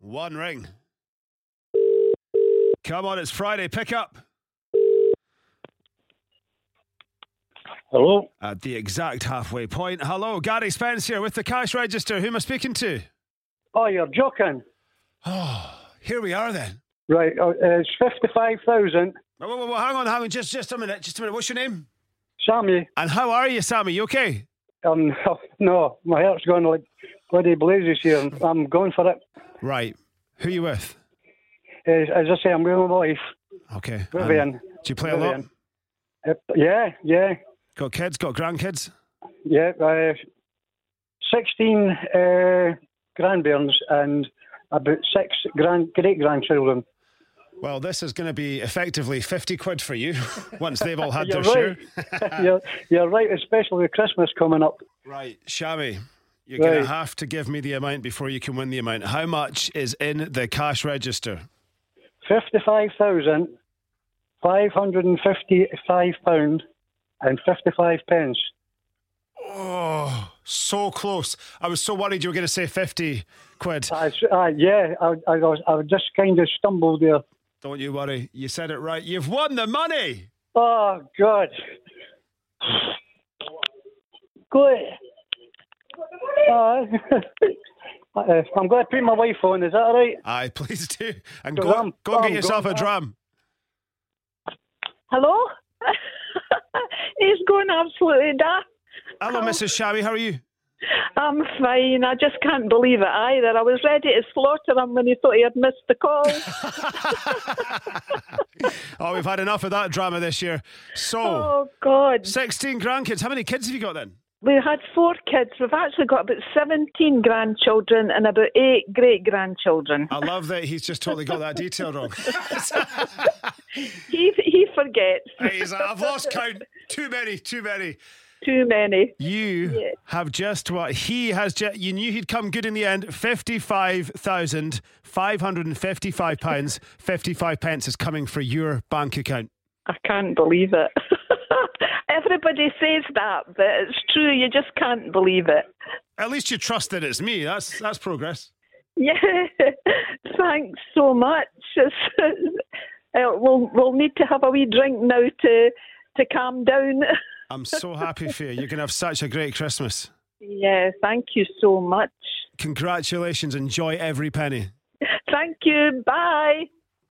One ring. Come on, it's Friday. Pick up. Hello? At the exact halfway point. Hello, Gary Spence here with the cash register. Who am I speaking to? Oh, you're joking. Oh, here we are then. Right, uh, it's 55,000. Whoa, whoa, whoa, hang on, hang on. Just, just a minute. Just a minute. What's your name? Sammy, And how are you, Sammy? You okay? um, no, my heart's going like bloody blazes here. and I'm going for it. Right. Who are you with? As, as I say, I'm with my wife. Okay. Vivian. Um, do you play a lot? Vivian. Uh, yeah, yeah, Got kids? Got grandkids? yeah. Uh, 16 uh, grandbairns and about six grand, great grandchildren. Well, this is going to be effectively 50 quid for you once they've all had You're their right. share. you're, you're right, especially with Christmas coming up. Right, Shammy, you're going Right. to have to give me the amount before you can win the amount. How much is in the cash register? Fifty-five thousand five hundred and fifty-five pound and fifty-five pence. Oh, so close. I was so worried you were going to say 50 quid. I, I, yeah, I, I, was, I just kind of stumbled there. Don't you worry. You said it right. You've won the money. Oh God! Good. Uh, I'm going to put my wife on. Is that all right? Aye, please do. And The go, rum, go and get rum, yourself a rum. drum. Hello? He's going absolutely daft. Hello, Mrs. Shammy. How are you? I'm fine. I just can't believe it either. I was ready to slaughter him when he thought he had missed the call. Oh, we've had enough of that drama this year. So, oh, God. 16 grandkids. How many kids have you got then? We had four kids. We've actually got about 17 grandchildren and about eight great grandchildren. I love that he's just totally got that detail wrong. He, he forgets He's like, I've lost count. Too many, too many. too many. You have just what he has. Ju- you knew he'd come good in the end. Fifty-five thousand five hundred and fifty-five pounds fifty-five pence is coming for your bank account. I can't believe it. Everybody says that, but it's true. You just can't believe it. At least you trust that it's me. That's that's progress. Yeah, thanks so much. It's, uh, we'll we'll need to have a wee drink now to to calm down. I'm so happy for you. You're gonna have such a great Christmas. Yeah, thank you so much. Congratulations. Enjoy every penny. Thank you. Bye.